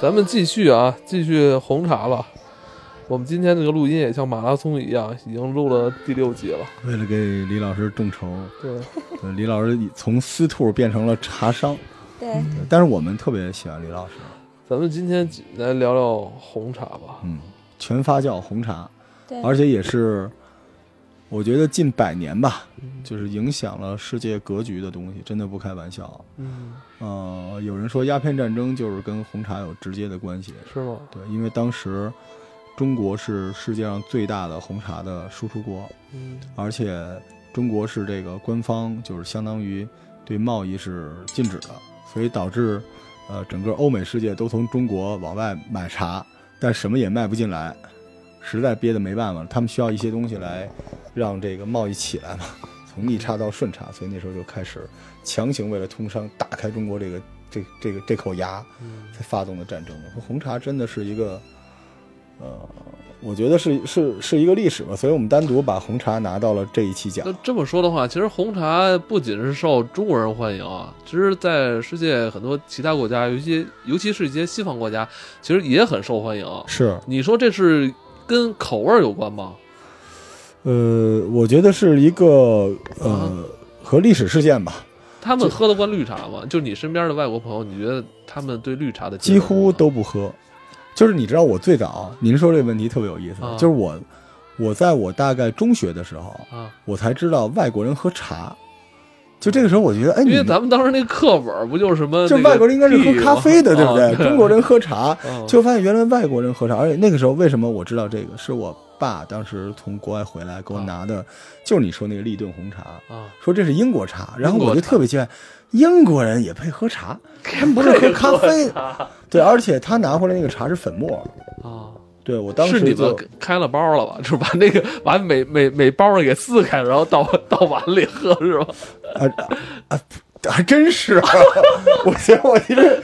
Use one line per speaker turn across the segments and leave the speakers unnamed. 咱们继续啊，继续红茶了。我们今天这个录音也像马拉松一样，已经录了第六集了。
为了给李老师众筹，
对，
对李老师已从私兔变成了茶商，
对，
对但是我们特别喜欢李老师，
咱们今天来聊聊红茶吧。
嗯，全发酵红茶，
对，
而且也是我觉得近百年吧，
嗯
就是影响了世界格局的东西，真的不开玩笑。
嗯，
呃，有人说鸦片战争就是跟红茶有直接的关系，
是吗？
对，因为当时中国是世界上最大的红茶的输出国，
嗯
而且中国是这个官方就是相当于对贸易是禁止的，所以导致呃整个欧美世界都从中国往外买茶，但什么也卖不进来，实在憋得没办法了，他们需要一些东西来让这个贸易起来嘛，从逆差到顺差，所以那时候就开始强行为了通商打开中国这个这这个这口牙，
嗯
才发动的战争的。红茶真的是一个，呃，我觉得是是是一个历史吧，所以我们单独把红茶拿到了这一期讲
那。这么说的话，其实红茶不仅是受中国人欢迎啊，其实在世界很多其他国家，尤其尤其是一些西方国家，其实也很受欢迎。
是，
你说这是跟口味儿有关吗？
呃，我觉得是一个
啊
呃和历史事件吧，
他们
这
喝得惯绿茶吗？就你身边的外国朋友，你觉得他们对绿茶的接
几
受
乎
吗
都不喝。就是你知道，我最早您说这个问题特别有意思，
啊
就是我我在我大概中学的时候，
啊，
我才知道外国人喝茶。就这个时候，我觉得，哎，你
因为
们
咱们当时那课本儿不就是什么
这
那个
外国人应该是
地
喝咖
吗
啡的，对不
啊
对？中国人喝茶，
啊
就发现原来外国人喝茶，而且那个时候为什么我知道这个，是我爸当时从国外回来给我拿的，就是你说那个立顿红茶，
啊，
说这是英国茶，然后
英
我
国
就
茶
特别奇怪，英国人也配喝茶，他们不是喝咖 啡？对，而且他拿回来那个茶是粉末，
啊，
对我当
是你
时
们
就
开了包了吧？ 就是把那个把每每每包儿给撕开，然后倒 倒碗里喝是吧？
啊啊啊，还真是、啊， 我觉得我其实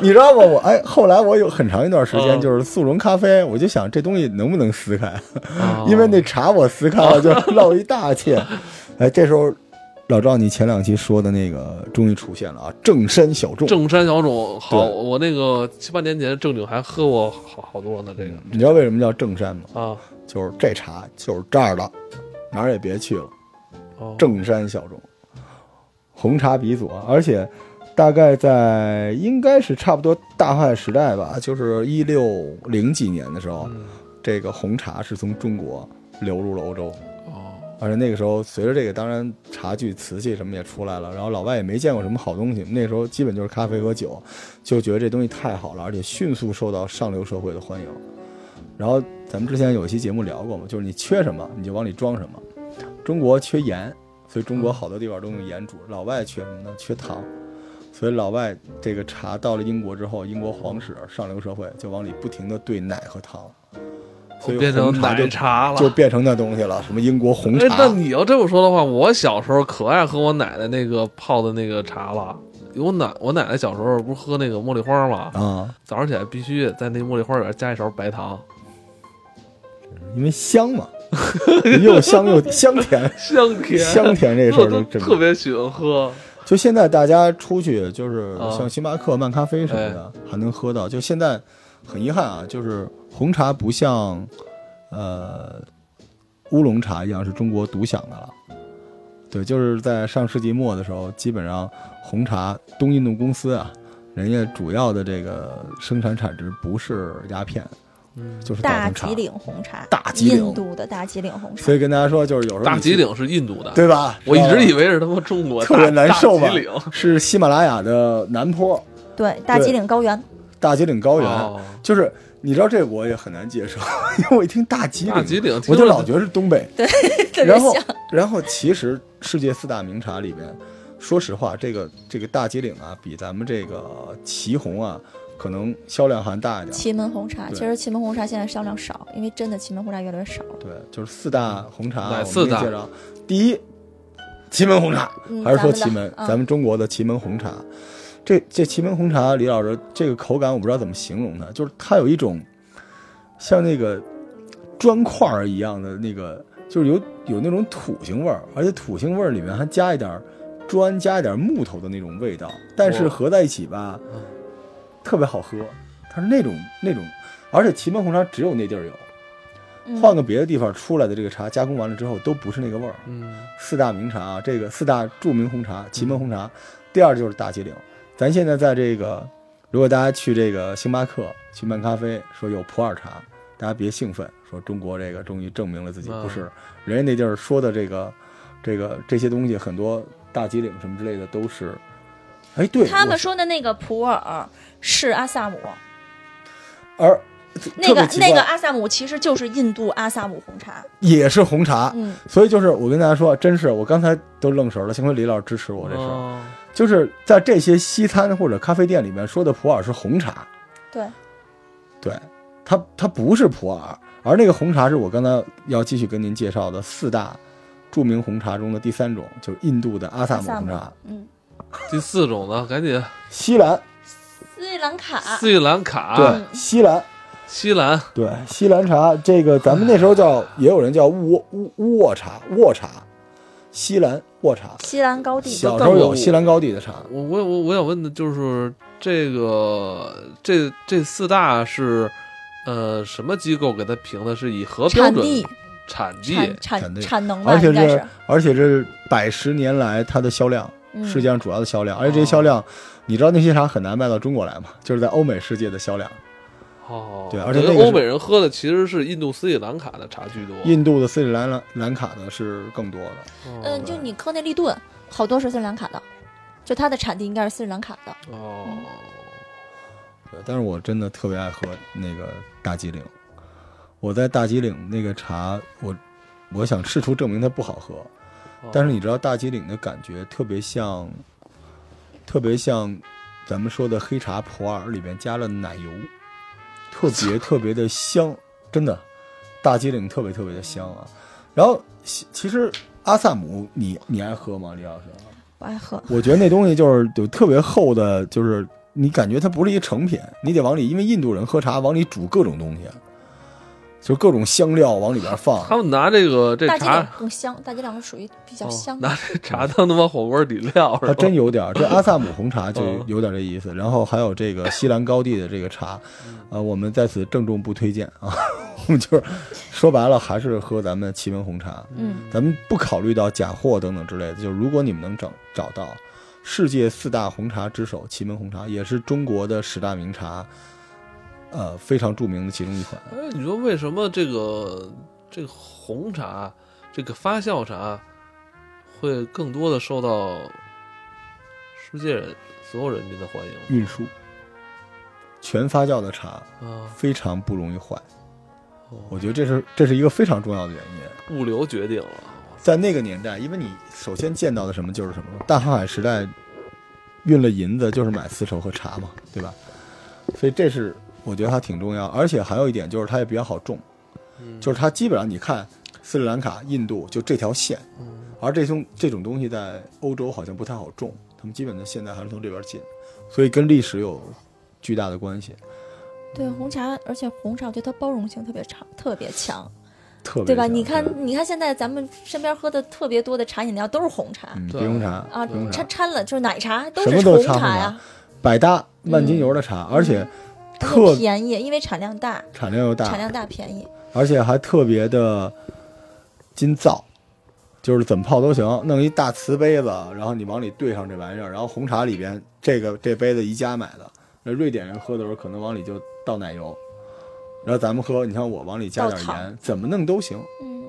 你知道吗？我哎，后来我有很长一段时间
嗯
就是速溶咖啡，我就想这东西能不能撕开。
啊
因为那茶我撕开了，就漏一 大切。哎，这时候老赵，你前两期说的那个终于出现了啊，正山小众。
正山小种好，
对
我那个七八年前正经还喝过好好多呢，这个
你知道为什么叫正山吗？
啊，
就是这茶就是这儿的，哪儿也别去了，
哦
正山小众，红茶鼻祖啊。而且大概在应该是差不多大汉时代吧，就是一六零几年的时候，
嗯
这个红茶是从中国流入了欧洲。
哦
而且那个时候，随着这个，当然茶具、瓷器什么也出来了，然后老外也没见过什么好东西，那时候基本就是咖啡和酒，就觉得这东西太好了，而且迅速受到上流社会的欢迎。然后咱们之前有一期节目聊过嘛，就是你缺什么你就往里装什么。中国缺盐，所以中国好多地方都用盐煮；老外缺什么呢？缺糖。所以老外这个茶到了英国之后，英国皇室上流社会就往里不停的兑奶和糖，所以
变成
红茶就
奶茶了，
就变成那东西了，什么英国红茶。
哎，那你要这么说的话，我小时候可爱喝我奶奶那个泡的那个茶了。我奶我奶奶小时候不是喝那个茉莉花吗？
啊，
早上起来必须在那茉莉花里边加一勺白糖，
因为香嘛， 又香又香 甜，
香甜
香甜这事
我
儿
啊都
就
特
真的。
别喜欢喝。
就现在大家出去，就是
啊哎
像星巴克、漫咖啡什么的，还能喝到。就现在很遗憾啊，就是红茶不像呃乌龙茶一样是中国独享的了。对，就是在上世纪末的时候，基本上红茶东印度公司啊，人家主要的这个生产产值不是鸦片，
嗯，
就是大
大
红茶
吉。岭红茶，
大吉岭
印度的大吉岭红茶
所，以跟大家说，就是有时候
大
你
吉
去
岭是印度的，
对吧？
我一直以
为
为是他妈中国，
特别
大
难受吧
大吉岭
是喜马拉雅的南坡
对，大吉岭 高原，
大吉岭高原，
哦
就是你知道这我也很难接受， 因为我一听大吉岭，啊
大吉岭，
我
听
就
着
老觉得是东北。
特别
然后
香。，
然后其实世界四大名茶里边，说实话，这个这个大吉岭啊，比咱们这个祁红啊，可能销量还大一点。
祁门红茶，
对
其实祁门红茶现在销量少，因为真的祁门红茶越来越少了。
对，就是四大红茶啊，
哪
我们
嗯四
给
大
介绍第一，祁门红茶。
嗯，
还是说
咱
祁
们
门
的，
咱
嗯
们中国的祁门红茶。这这祁门红茶，李老师这个口感我不知道怎么形容它，就是它有一种像那个砖块儿一样的那个，就是有有那种土腥味儿，而且土腥味儿里面还加一点儿砖，加一点儿木头的那种味道，但是
哇
合在一起吧
嗯，
特别好喝。它是那种那种，而且祁门红茶只有那地儿有，
嗯
换个别的地方出来的这个茶加工完了之后都不是那个味儿。
嗯
四大名茶啊，这个四大著名红茶，
嗯
祁门红茶，第二就是大吉岭。咱现在在这个，如果大家去这个星巴克去漫咖啡，说有普洱茶，大家别兴奋，说中国这个终于证明了自己
嗯
不是，人家那地儿说的这个，这个这些东西很多大吉岭什么之类的都是，哎，对，
他
我
们说的那个普洱是阿萨姆，
而
那
特
个
别奇怪啊
那个阿啊萨姆其实就是印度阿萨姆红茶。
也是红茶，
嗯，
所以就是我跟大家说，真是我刚才都愣神儿了，幸亏李老师支持我这事儿。
哦
就是在这些西餐或者咖啡店里面说的普洱是红茶，
对，
对，它它不是普洱，而那个红茶是我刚才要继续跟您介绍的四大著名红茶中的第三种，就是印度的阿萨姆红茶，
嗯，
第四种呢，赶紧
西兰，
斯里兰卡，
斯里兰卡、
对，西兰，
西兰，
对，西兰茶，这个咱们那时候叫，也有人叫 沃沃沃茶，沃茶，西兰沃茶，
西兰高地，
小时候有西兰高地的茶，
我我我我想问的就是这个这这四大是呃什么机构给它评的？是以何标
产
准？
地
产地
产
产地
产产能吧，
而且
应该
是
是
而且是百十年来它的销量。
嗯
世界上主要的销量，而且这些销量，你知道那些茶很难卖到中国来嘛？就是在欧美世界的销量，
哦，
对而且
我觉
那
得
个是
欧美人喝的其实是印度斯里兰卡的茶居多。
印度的斯里兰兰兰卡的是更多的。
哦
嗯，就你喝那立顿，好多是斯里兰卡的，就它的产地应该是斯里兰卡的。
哦，
对，但是我真的特别爱喝那个大吉岭，我在大吉岭那个茶，我我想试图证明它不好喝，
哦
但是你知道大吉岭的感觉特别像，特别像咱们说的黑茶普洱里边加了奶油，特别特别的香，真的，大吉岭特别特别的香啊。然后其其实阿萨姆你你爱喝吗，李老师？
不爱喝，
我觉得那东西就是有特别厚的，就是你感觉它不是一个成品，你得往里，因为印度人喝茶往里煮各种东西，就是各种香料往里边 放。
他们拿这个这
大吉岭
茶。
更香，大吉岭是属于比较
哦
香的。
拿这茶当他妈火锅底料是吧？
还真有点儿，这阿萨姆红茶就
嗯
有点这意思。然后还有这个西兰高地的这个茶，呃，我们在此郑重不推荐啊。 我们就是说白了，还是喝咱们祁门红茶。
嗯，
咱们不考虑到假货等等之类的，就如果你们能找找到世界四大红茶之首祁门红茶，也是中国的十大名茶，呃，非常著名的其中一款。
哎，你说为什么这个这个红茶，这个发酵茶，会更多的受到世界人所有人民的欢迎
运输全发酵的茶
啊？
非常不容易坏，我
哦
觉得这是这是一个非常重要的原因。
物流决定了，
在那个年代，因为你首先见到的什么就是什么，大航海时代运了银子就是买丝绸和茶嘛，对吧？所以这是我觉得它挺重要，而且还有一点就是它也比较好种，就是它基本上你看斯里兰卡、印度就这条线，而这种这种东西在欧洲好像不太好种，他们基本的现在还是从这边进，所以跟历史有巨大的关系，
对红茶，而且红茶我觉得它包容性特别长，特别强，
特别
对吧？
像
你看，你看现在咱们身边喝的特别多的茶饮料都是红茶
嗯，
对
冰红茶
啊
冰红，茶
掺掺了就是奶茶都
什么
是
都
红
是茶
茶
红
呀，
百搭万金油的茶，
嗯
而且
而且
特
便宜，因为产量大，
产量又大，
产量大便宜。
而且还特别的金造，就是怎么泡都行，弄一大瓷杯子，然后你往里兑上这玩意儿，然后红茶里边这个这杯子宜家买的，那瑞典人喝的时候可能往里就倒奶油，然后咱们喝，你看我往里加点
倒
盐
糖，
怎么弄都行。
嗯，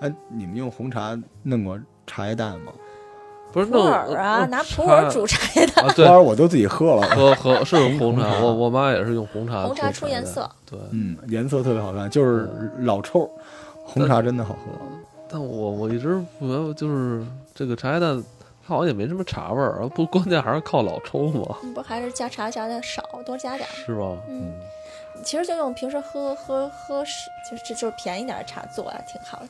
哎，你们用红茶弄过茶叶蛋吗？
不是
普
那
洱啊，
那
拿普洱煮茶叶蛋，
啊，
当
对，
然我都自己 喝了。
喝喝是用红
红
茶，
茶
我我妈也是用红茶，
红茶出颜，色。
对，
嗯，颜色特别好看，就是老臭，红茶真的好喝。
但我我一直不明白，就是这个茶叶蛋，它好像也没什么茶味儿，不关键还是靠老抽嘛，
嗯不还是加茶加的少，多加点儿。
是吧？
嗯，其实就用平时喝喝喝是，就是这就是便宜点儿的茶做啊，挺好的。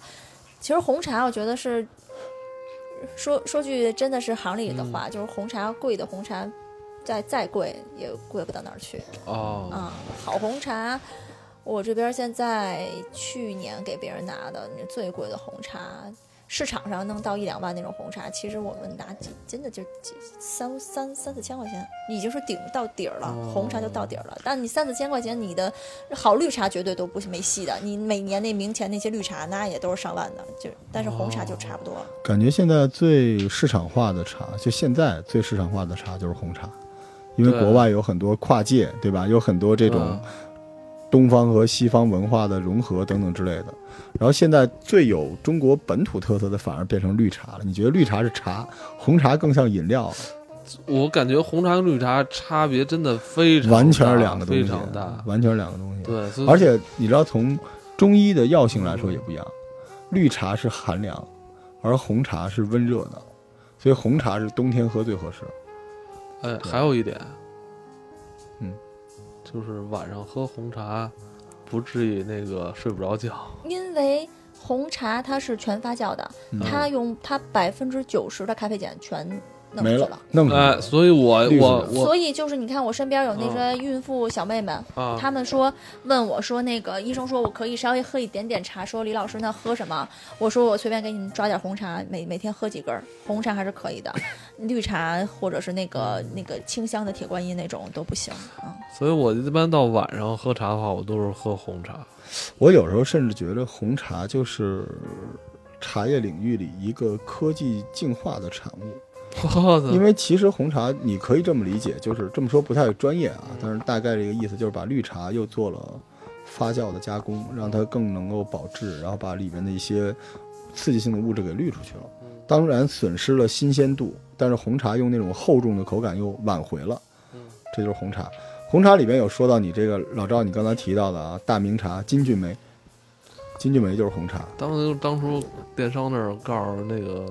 其实红茶我觉得是，说说句真的是行里的话，就是红茶贵的红茶，再再贵也贵不到哪儿去
哦，
啊、好红茶，我这边现在去年给别人拿的那最贵的红茶，市场上能到一两万那种红茶，其实我们拿几真的就几三三三四千块钱，已经是顶到底儿了，
哦
红茶就到底儿了。但你三四千块钱，你的好绿茶绝对都不没戏的。你每年那明前那些绿茶，那也都是上万的，就但是红茶就差不多了。
感觉现在最市场化的茶，就现在最市场化的茶就是红茶，因为
对
国外有很多跨界，对吧？有很多这种
嗯
东方和西方文化的融合等等之类的。然后现在最有中国本土特色的反而变成绿茶了。你觉得绿茶是茶，红茶更像饮料？
嗯我感觉红茶跟绿茶差别真的非常大
完全是两个东西，
非常大。
完全是两个东西。
对，所以
而且你知道，从中医的药性来说也不一样，绿茶是寒凉，而红茶是温热的，所以红茶是冬天喝最合适。
哎，还有一点，
嗯，
就是晚上喝红茶不至于那个睡不着觉。
因为红茶它是全发酵的，
嗯
它用它百分之九十的咖啡碱全弄
没
出去
了，弄出来
哎，
了
所以我
嗯绿色
我
的
我
所以就是你看，我身边有那些孕妇小妹们，
啊，
她们说问我说，那个医生说我可以稍微喝一点点茶，说李老师那喝什么？我说我随便给你们抓点红茶，每每天喝几根儿，红茶还是可以的，绿茶或者是那个那个清香的铁观音那种都不行啊。
所以我一般到晚上喝茶的话，我都是喝红茶。
我有时候甚至觉得红茶就是茶叶领域里一个科技进化的产物。
我操
因为其实红茶你可以这么理解，就是这么说不太专业啊，但是大概这个意思就是把绿茶又做了发酵的加工，让它更能够保质，然后把里面的一些刺激性的物质给滤出去了。当然损失了新鲜度，但是红茶用那种厚重的口感又挽回了
嗯。
这就是红茶。红茶里面有说到你这个老赵，你刚才提到的啊，大明茶、金骏眉，金骏眉就是红茶。
当时当初电商那儿告诉那个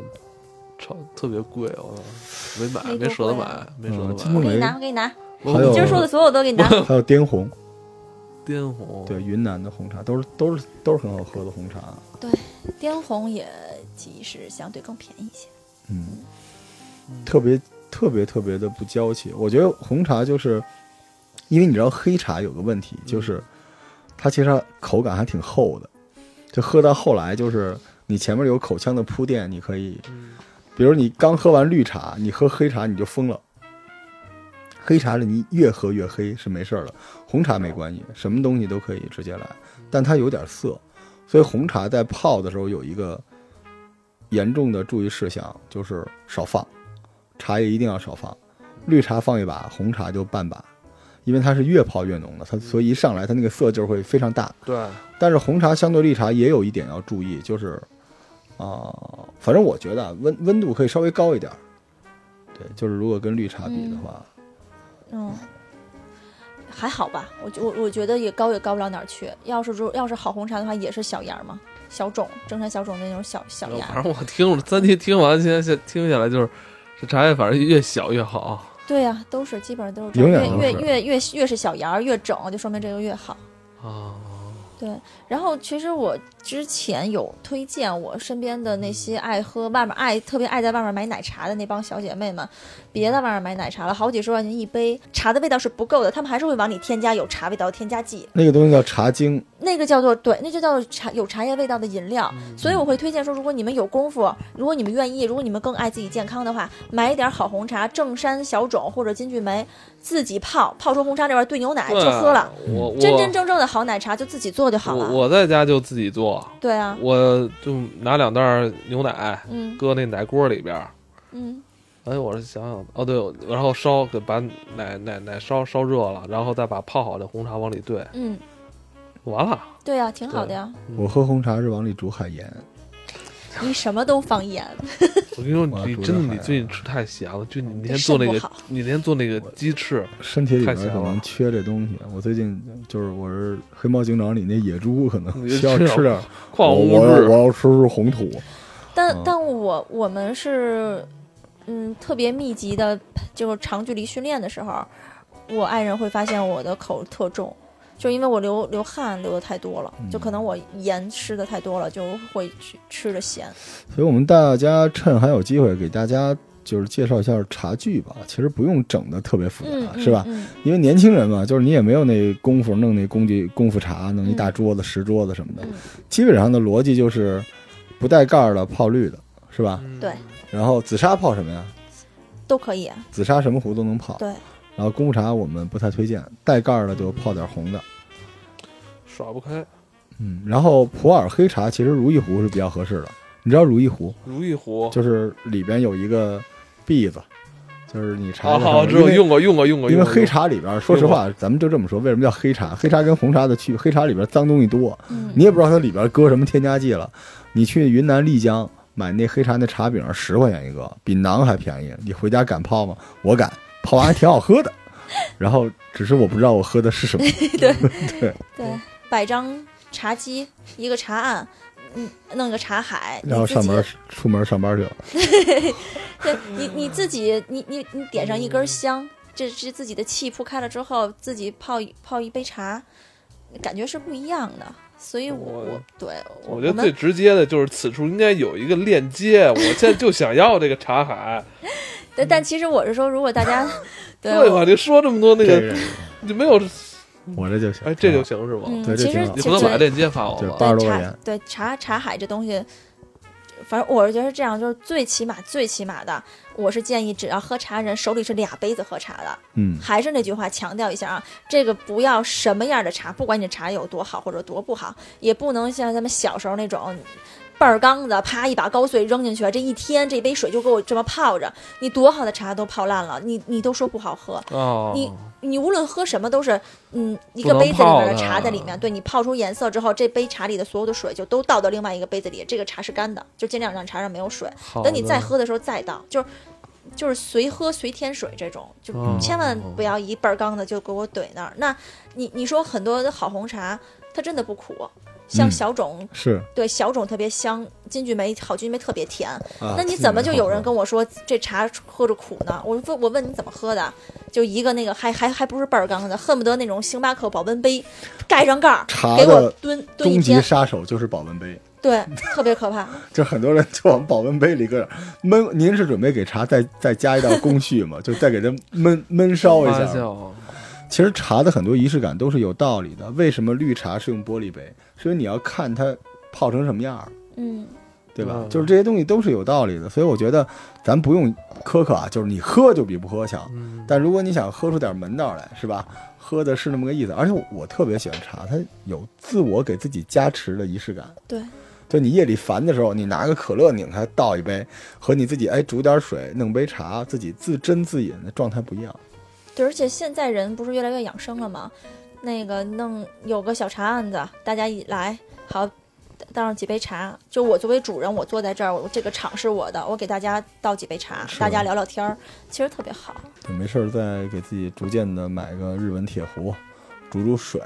超特别贵，我操没买，
没
没
多
舍得
贵
买
啊，
没舍
嗯
得
金
买
木嗯
我。
梅
给你拿，我给你拿，
我
嗯还有
你今儿说的所有都给你拿。
还有滇红，
滇红，
对，云南的红茶都是都是都是很好喝的红茶。啊
滇红也其实相对更便宜一些。
嗯，特别特别特别的不娇气。我觉得红茶就是，因为你知道黑茶有个问题，就是它其实它口感还挺厚的，就喝到后来就是你前面有口腔的铺垫，你可以，
嗯
比如你刚喝完绿茶，你喝黑茶你就疯了。黑茶是你越喝越黑是没事儿的，红茶没关系，什么东西都可以直接来，但它有点涩，所以红茶在泡的时候有一个严重的注意事项，就是少放，茶叶一定要少放，绿茶放一把，红茶就半把，因为它是越泡越浓的，它所以一上来它那个涩劲儿会非常大。
对，
但是红茶相对绿茶也有一点要注意，就是啊、反正我觉得啊温温度可以稍微高一点儿，对，就是如果跟绿茶比的话，
嗯，还好吧，我觉我我觉得也高也高不了哪儿去。要是如要是好红茶的话，也是小芽儿嘛，小种，正常小种的那种小小芽
反
儿。
正我听了三期听完，现在现听下来就是，这茶叶反正越小越好。
对呀、都是基本上都是这
永远
样，
都
越
是
越越越越是小芽儿越整，就说明这个越好。
啊，
然后其实我之前有推荐我身边的那些爱喝外面爱特别爱在外面买奶茶的那帮小姐妹们，别在外面买奶茶了，好几十块钱一杯，茶的味道是不够的，他们还是会往里添加有茶味道的添加剂。
那个东西叫茶精，
那个叫做对，那就叫做茶有茶叶味道的饮料。
嗯
所以我会推荐说，如果你们有功夫，如果你们愿意，如果你们更爱自己健康的话，买一点好红茶，正山小种或者金骏眉，自己泡，泡出红茶这玩意儿兑牛奶
对
哎就喝了，。
我我
真真正正的好奶茶就自己做就好啊
我
了。
我在家就自己做，
对啊，
我就拿两袋儿牛奶
嗯
搁那奶锅里边儿。
嗯，
哎，我是想想，哦对，然后烧给把奶奶奶烧烧热了，然后再把泡好的红茶往里兑，
嗯，
完了。
对啊，挺好的呀。
我喝红茶是往里煮海盐，
你什么都放盐，
我跟你说，
哇
你
煮
真
着
的你
还
最近吃太咸了，就你那天
肾
做那
不
个
好，
你那天做那个鸡翅，
身体里
太
面可
咸了
能缺这东西。我最近就是我是黑猫警长里那野猪，可能
你
需要
吃点
吃点儿，
矿
我
物
我要
质
我要吃吃红土。
但
嗯
但我我们是，嗯，特别密集的，就是长距离训练的时候，我爱人会发现我的口特重，就是因为我流流汗流的太多了，
嗯
就可能我盐吃的太多了，就会去吃的咸。
所以我们大家趁还有机会，给大家就是介绍一下茶具吧。其实不用整的特别复杂，
嗯，嗯
是吧？
嗯
因为年轻人嘛，就是你也没有那功夫弄那工具功夫茶，弄一大桌子、石桌子什么的
嗯，
基本上的逻辑就是。不带盖儿的泡绿的，是吧？
嗯
对
然后紫砂泡什么呀？
都可以啊。
紫砂什么壶都能泡。
对，
然后功夫茶我们不太推荐，带盖儿的就泡点红的。
耍不开。
嗯，然后普洱黑茶其实如意壶是比较合适的。你知道如意壶
如意壶，
就是里边有一个篦子，就是你
好
茶的上
啊好，
面
只有
因为
用过用过用过，
因为
用过
黑茶里边，说实话，咱们就这么说，为什么叫黑茶？黑茶跟红茶的区别，黑茶里边脏东西多，
嗯
你也不知道它里边搁什么添加剂了。你去云南丽江买那黑茶那茶饼，十块钱一个，比馕还便宜。你回家敢泡吗？我敢，泡完还挺好喝 的。然后只是我不知道我喝的是什么。
对，摆张茶几，一个茶案，嗯，弄个茶海，你
然后
自
上
己
门出门上班去了。
对你你自己，你你你点上一根香，这是自己的气铺开了之后，自己泡一泡一杯茶，感觉是不一样的。所以我，
我
我对
我觉得最
们
直接的就是此处应该有一个链接，我现在就想要这个茶海。
但但其实我是说，如果 大家对
对吧？
我
你说这么多那
这
个，
个
你没有
我这就行。
哎，这就行是
嗯
吗？，
对这
其
挺
实
好
你
其
回
实
头把链接发我
对
吧。
八十多块
茶
钱
对茶茶海这东西，反正我是觉得是这样，就是最起码最起码的，我是建议只要喝茶人手里是俩杯子喝茶的。
嗯，
还是那句话，强调一下啊，这个不要什么样的茶，不管你的茶有多好或者多不好，也不能像咱们小时候那种。嗯倍儿缸子，啪一把高碎扔进去，这一天这杯水就给我这么泡着，你多好的茶都泡烂了，你你都说不好喝，
哦，
你你无论喝什么都是，嗯，一
不
个
能
杯子里面
泡
的
的
茶在里面，对你泡出颜色之后，这杯茶里的所有的水就都倒到另外一个杯子里，这个茶是干的，就尽量让茶上没有水，
哦
好
等你再
的
喝的时候再倒，就是就是随喝随添水这种，就
哦
千万不要一半儿缸的就给我怼那儿。那你你说很多的好红茶，它真的不苦，像
嗯
小种、
是
对小种特别香，金桔梅好金桔梅特别甜。
啊。
那你怎么就有人跟我说这茶喝着苦呢？我问我问你怎么喝的，就一个那个还还还不是半儿缸的，恨不得那种星巴克保温杯，盖上盖儿
茶
给我
的
蹲蹲一
终极
天，
杀手就是保温杯，
对，特别可怕。
就很多人就往保温杯里搁点焖。您是准备给茶再再加一道工序吗？就再给它焖焖烧一
发
下。
酵
其实茶的很多仪式感都是有道理的。为什么绿茶是用玻璃杯？所以你要看它泡成什么样儿，
嗯，
对吧？
嗯
就是这些东西都是有道理的。所以我觉得咱不用苛刻啊，就是你喝就比不喝强。
嗯，
但如果你想喝出点门道来，是吧？喝的是那么个意思，而且我我特别喜欢茶，它有自我给自己加持的仪式感。
对，
就你夜里烦的时候，你拿个可乐拧开倒一杯，和你自己哎煮点水弄杯茶，自己自斟自饮的状态不一样。
对，而且现在人不是越来越养生了吗？那个弄有个小茶案子，大家一来好。倒上几杯茶，就我作为主人，我坐在这儿，我这个场是我的，我给大家倒几杯茶，
是
大家聊聊天儿，其实特别好。
就没事儿再给自己逐渐的买个日本铁壶，煮煮水，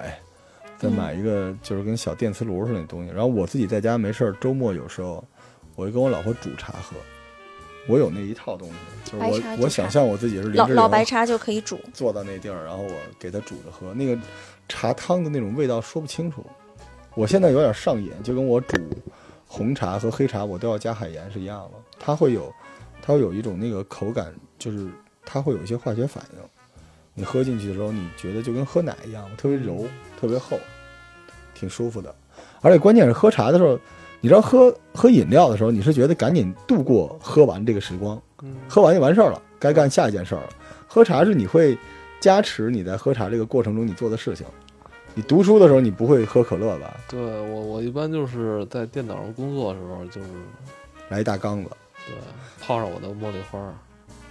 嗯
再买一个就是跟小电磁炉似的那东西。然后我自己在家没事儿，周末有时候我就跟我老婆煮茶喝，我有那一套东西，就是
白茶
我
煮
我
茶
想象我自己是林
老
志
老白
玲
茶就可以煮，
坐到那地儿，然后我给它煮着喝，那个茶汤的那种味道说不清楚。我现在有点上瘾，就跟我煮红茶和黑茶我都要加海盐是一样的，它会有它会有一种那个口感，就是它会有一些化学反应。你喝进去的时候，你觉得就跟喝奶一样，特别柔，特别厚，挺舒服的。而且关键是喝茶的时候，你知道喝喝饮料的时候，你是觉得赶紧度过喝完这个时光，
嗯
喝完就完事儿了，该干下一件事儿了。喝茶是你会加持你在喝茶这个过程中你做的事情。你读书的时候你不会喝可乐吧？
对我我一般就是在电脑上工作的时候，就是
来一大缸子，
对泡上我的茉莉花儿，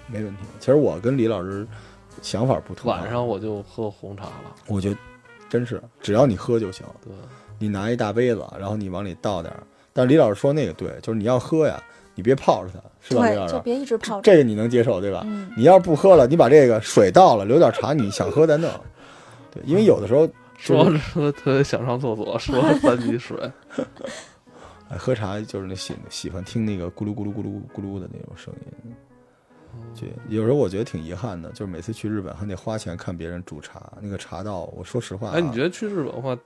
没问题。其实我跟李老师想法不同啊，
晚上我就喝红茶了。
我觉得真是只要你喝就行，
对，
你拿一大杯子，然后你往里倒点儿。但是李老师说那个对，就是你要喝呀，你别泡着它，是吧，李老
对，就
师？
别一直泡着。
这个你能接受对吧？
嗯，
你要是不喝了，你把这个水倒了，留点茶，你想喝再弄。对，因为有的时候
说
就是
着说着特别想上厕所，说了三滴水，
哎喝茶就是那喜喜欢听那个咕噜咕噜咕噜咕噜的那种声音。对，有时候我觉得挺遗憾的，就是每次去日本还得花钱看别人煮茶，那个茶道，我说实 话、啊，
哎，你觉得去日本的话，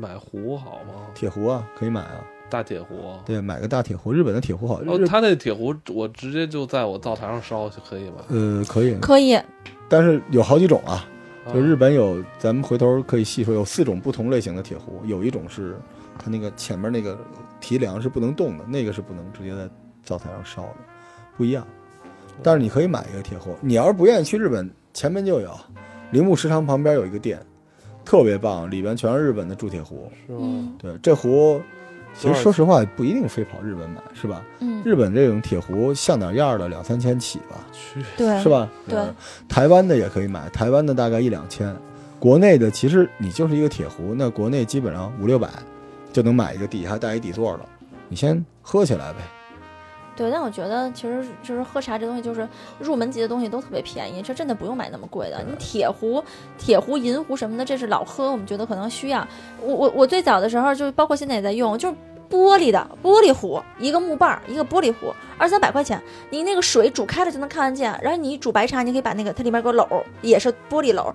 买壶好吗？
铁壶啊可以买啊，
大铁壶。
对，买个大铁壶，日本的铁壶好，
哦
日，
他那铁壶我直接就在我灶台上烧就可以吧？
呃可以，
可以，
但是有好几种啊，
啊
就日本有，咱们回头可以细说，有四种不同类型的铁壶，有一种是它那个前面那个提梁是不能动的，那个是不能直接在灶台上烧的，不一样。但是你可以买一个铁锅，你要是不愿意去日本，前门就有，铃木食堂旁边有一个店，特别棒，里边全是日本的铸铁壶。
是吗？
嗯
对，这壶其
多
实
少
说实话不一定非跑日本买，是吧？
嗯，
日本这种铁壶像点样儿的两三千起吧，
去，
对，
是？吧？
对
嗯，台湾的也可以买，台湾的大概一两千，国内的其实你就是一个铁壶，那国内基本上五六百就能买一个底还带一底座的，你先喝起来呗。
对，但我觉得其实就是喝茶这东西，就是入门级的东西都特别便宜，这真的不用买那么贵的。你铁壶、铁壶、银壶什么的，这是老喝，我们觉得可能需要。我我我最早的时候，就是包括现在也在用，就是玻璃的玻璃壶，一个木棒儿，一个玻璃壶，二三百块钱。你那个水煮开了就能看得见，然后你煮白茶，你可以把那个它里面有个篓儿，也是玻璃篓儿，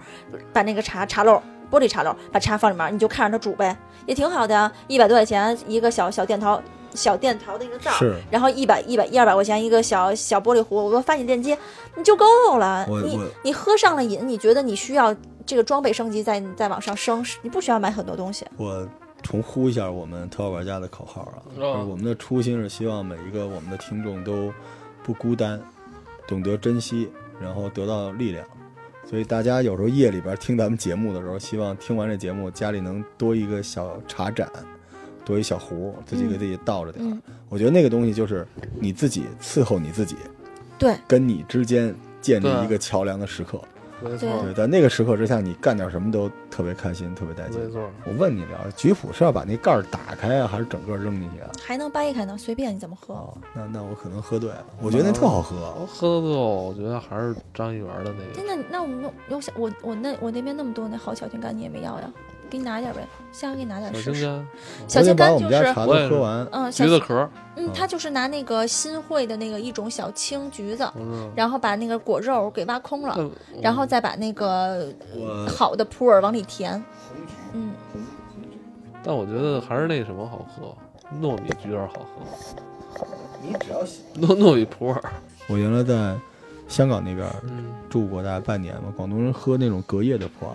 把那个茶茶篓儿。玻璃茶篓儿，把茶放里面，你就看着它煮呗，也挺好的啊，一百多块钱一个小小电陶，小电陶的一个灶，然后一百一百一二百块钱一个小小玻璃壶，我给我发你链接，你就够了。
我
你
我
你喝上了瘾，你觉得你需要这个装备升级再再往上升，是你不需要买很多东西。
我重呼一下我们特效玩家的口号啊，
嗯
就是我们的初心是希望每一个我们的听众都不孤单，懂得珍惜，然后得到力量。所以大家有时候夜里边听咱们节目的时候，希望听完这节目家里能多一个小茶盏，多一小壶，自己给自己倒着点儿。
嗯
我觉得那个东西就是你自己伺候你自己，
对，
跟你之间建立
对嗯
一个桥梁的时刻。
没
对
错
对，，在那个时刻之下，你干点什么都特别开心，特别带劲。
没错，
我问你俩，菊普是要把那盖儿打开啊，还是整个扔进去啊？
还能掰开呢，随便你怎么喝。
哦，那那我可能喝对了，我觉得那特好喝。
我喝的最后，我觉得还是张一元的那个
真的，那我们用用小我我那我那边那么多那好小青柑，你也没要呀？给你拿点呗，下回给你拿点
小
试
青
试。
柑、
小
我
青
得把
柑
我
就
们家啊
是，
茶
是
都
我也是
喝完，
嗯，小
橘子壳儿，
嗯，它就是拿那个新会的那个一种小青橘子，
我知道。
然后把那个果肉给挖空了，
但
然后再把那个
我
好呃的普洱往里填。嗯，
但我觉得还是那什么好喝，糯米橘儿好喝，
你只要
糯糯米普洱。
我原来在香港那边
嗯，
住过大概半年嘛，广东人喝那种隔夜的普洱，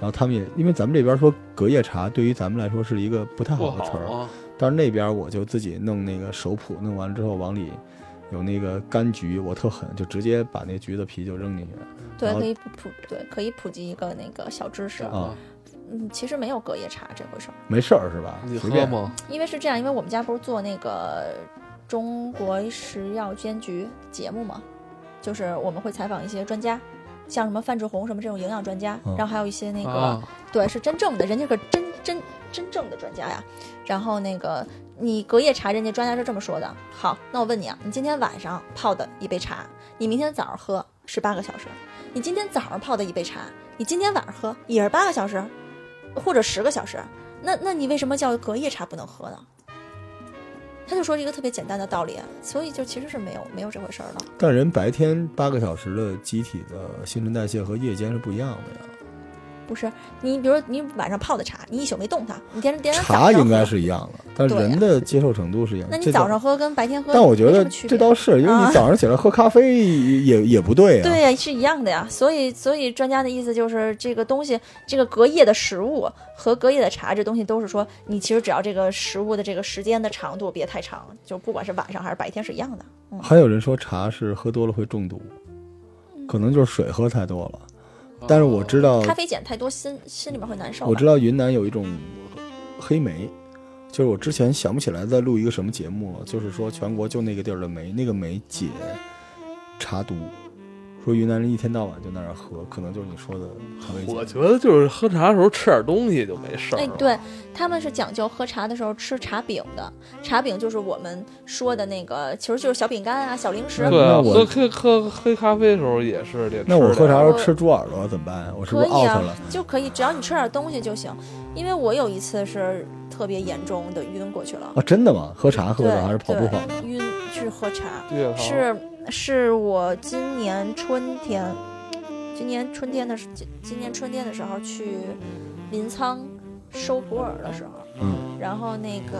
然后他们也因为咱们这边说隔夜茶对于咱们来说是一个不太
不
好
好
的词儿，
啊，
但是那边我就自己弄那个手谱，弄完之后往里有那个柑橘，我特狠，就直接把那橘子皮就扔进去。
对
然，后
可以普普对，可以普及一个那个小知识。
啊
嗯，其实没有隔夜茶这回事儿，
没事儿是吧？
你
随
喝
便。
吗？
因为是这样，因为我们家不是做那个中国食药监局节目嘛，就是我们会采访一些专家。像什么范志红什么这种营养专家，
嗯
然后还有一些那个、
啊，
对是真正的，人家可真真真正的专家呀。然后那个你隔夜茶，人家专家是这么说的。好，那我问你啊，你今天晚上泡的一杯茶，你明天早上喝十八个小时；你今天早上泡的一杯茶，你今天晚上喝也是八个小时，或者十个小时。那那你为什么叫隔夜茶不能喝呢？他就说了一个特别简单的道理，所以就其实是没有没有这回事儿的。
但人白天八个小时的机体的新陈代谢和夜间是不一样的呀，
不是你，比如你晚上泡的茶，你一宿没动它，你第二第二天早上
茶应
喝
该是一样的，但是
对呀
人的接受程度是一样的。
那你
这倒
早上喝跟白天喝，
但我觉
没什
得
么区
这
别
倒是，因为
啊
你早上起来喝咖啡也也也不对呀、啊
对呀、是一样的呀。所以，所以专家的意思就是，这个东西，这个隔夜的食物和隔夜的茶，这东西都是说，你其实只要这个食物的这个时间的长度别太长，就不管是晚上还是白天是一样的。
还有人说茶是喝多了会中毒，
嗯
可能就是水喝太多了。 但是我知道，
咖啡碱太多，心心里面会难受吧。
哦我知道云南有一种黑莓，就是我之前想不起来在录一个什么节目了，就是说全国就那个地儿的梅，那个梅解茶毒，说云南人一天到晚就那儿喝，可能就是你说的咖啡
我
碱。
觉得就是喝茶的时候吃点东西就没事儿
哎
了。，
对，他们是讲究喝茶的时候吃茶饼的，茶饼就是我们说的那个，其实就是小饼干啊、小零食。
对啊，
那
喝
我
喝喝黑咖啡的时候也是得吃点。
那我喝茶时
我
候吃猪耳朵怎么办？我是不
可
是
以
out
啊
了？，
就可以，只要你吃点东西就行。因为我有一次是特别严重的晕过去了，
啊，真的吗？喝茶喝的
对
还是跑步
对
跑的？
晕去喝茶，
对啊，
是是我今年春天，今年春天的时今今年春天的时候去临沧收普洱的时候，
嗯
然后那个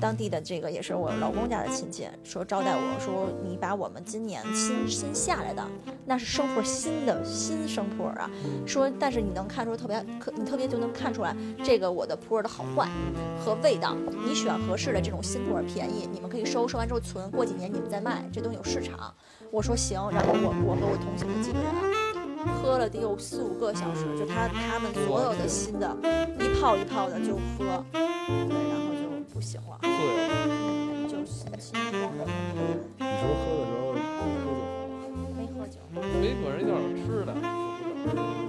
当地的这个也是我老公家的亲戚，说招待我说你把我们今年新新下来的，那是生普洱新的新生普洱啊，说但是你能看出特别可你特别就能看出来这个我的普洱的好坏和味道，你选合适的这种新普洱便宜，你们可以收，收完之后存，过几年你们再卖，这东西有市场。我说行，然后我我和我同行的几个人。啊喝了得有四五个小时，就他他们所有的新的，一泡一泡的就喝，对，然后就不行了，
对，
就心慌的
你是不是喝的时候喝酒？
没喝酒。
没管人要点吃的。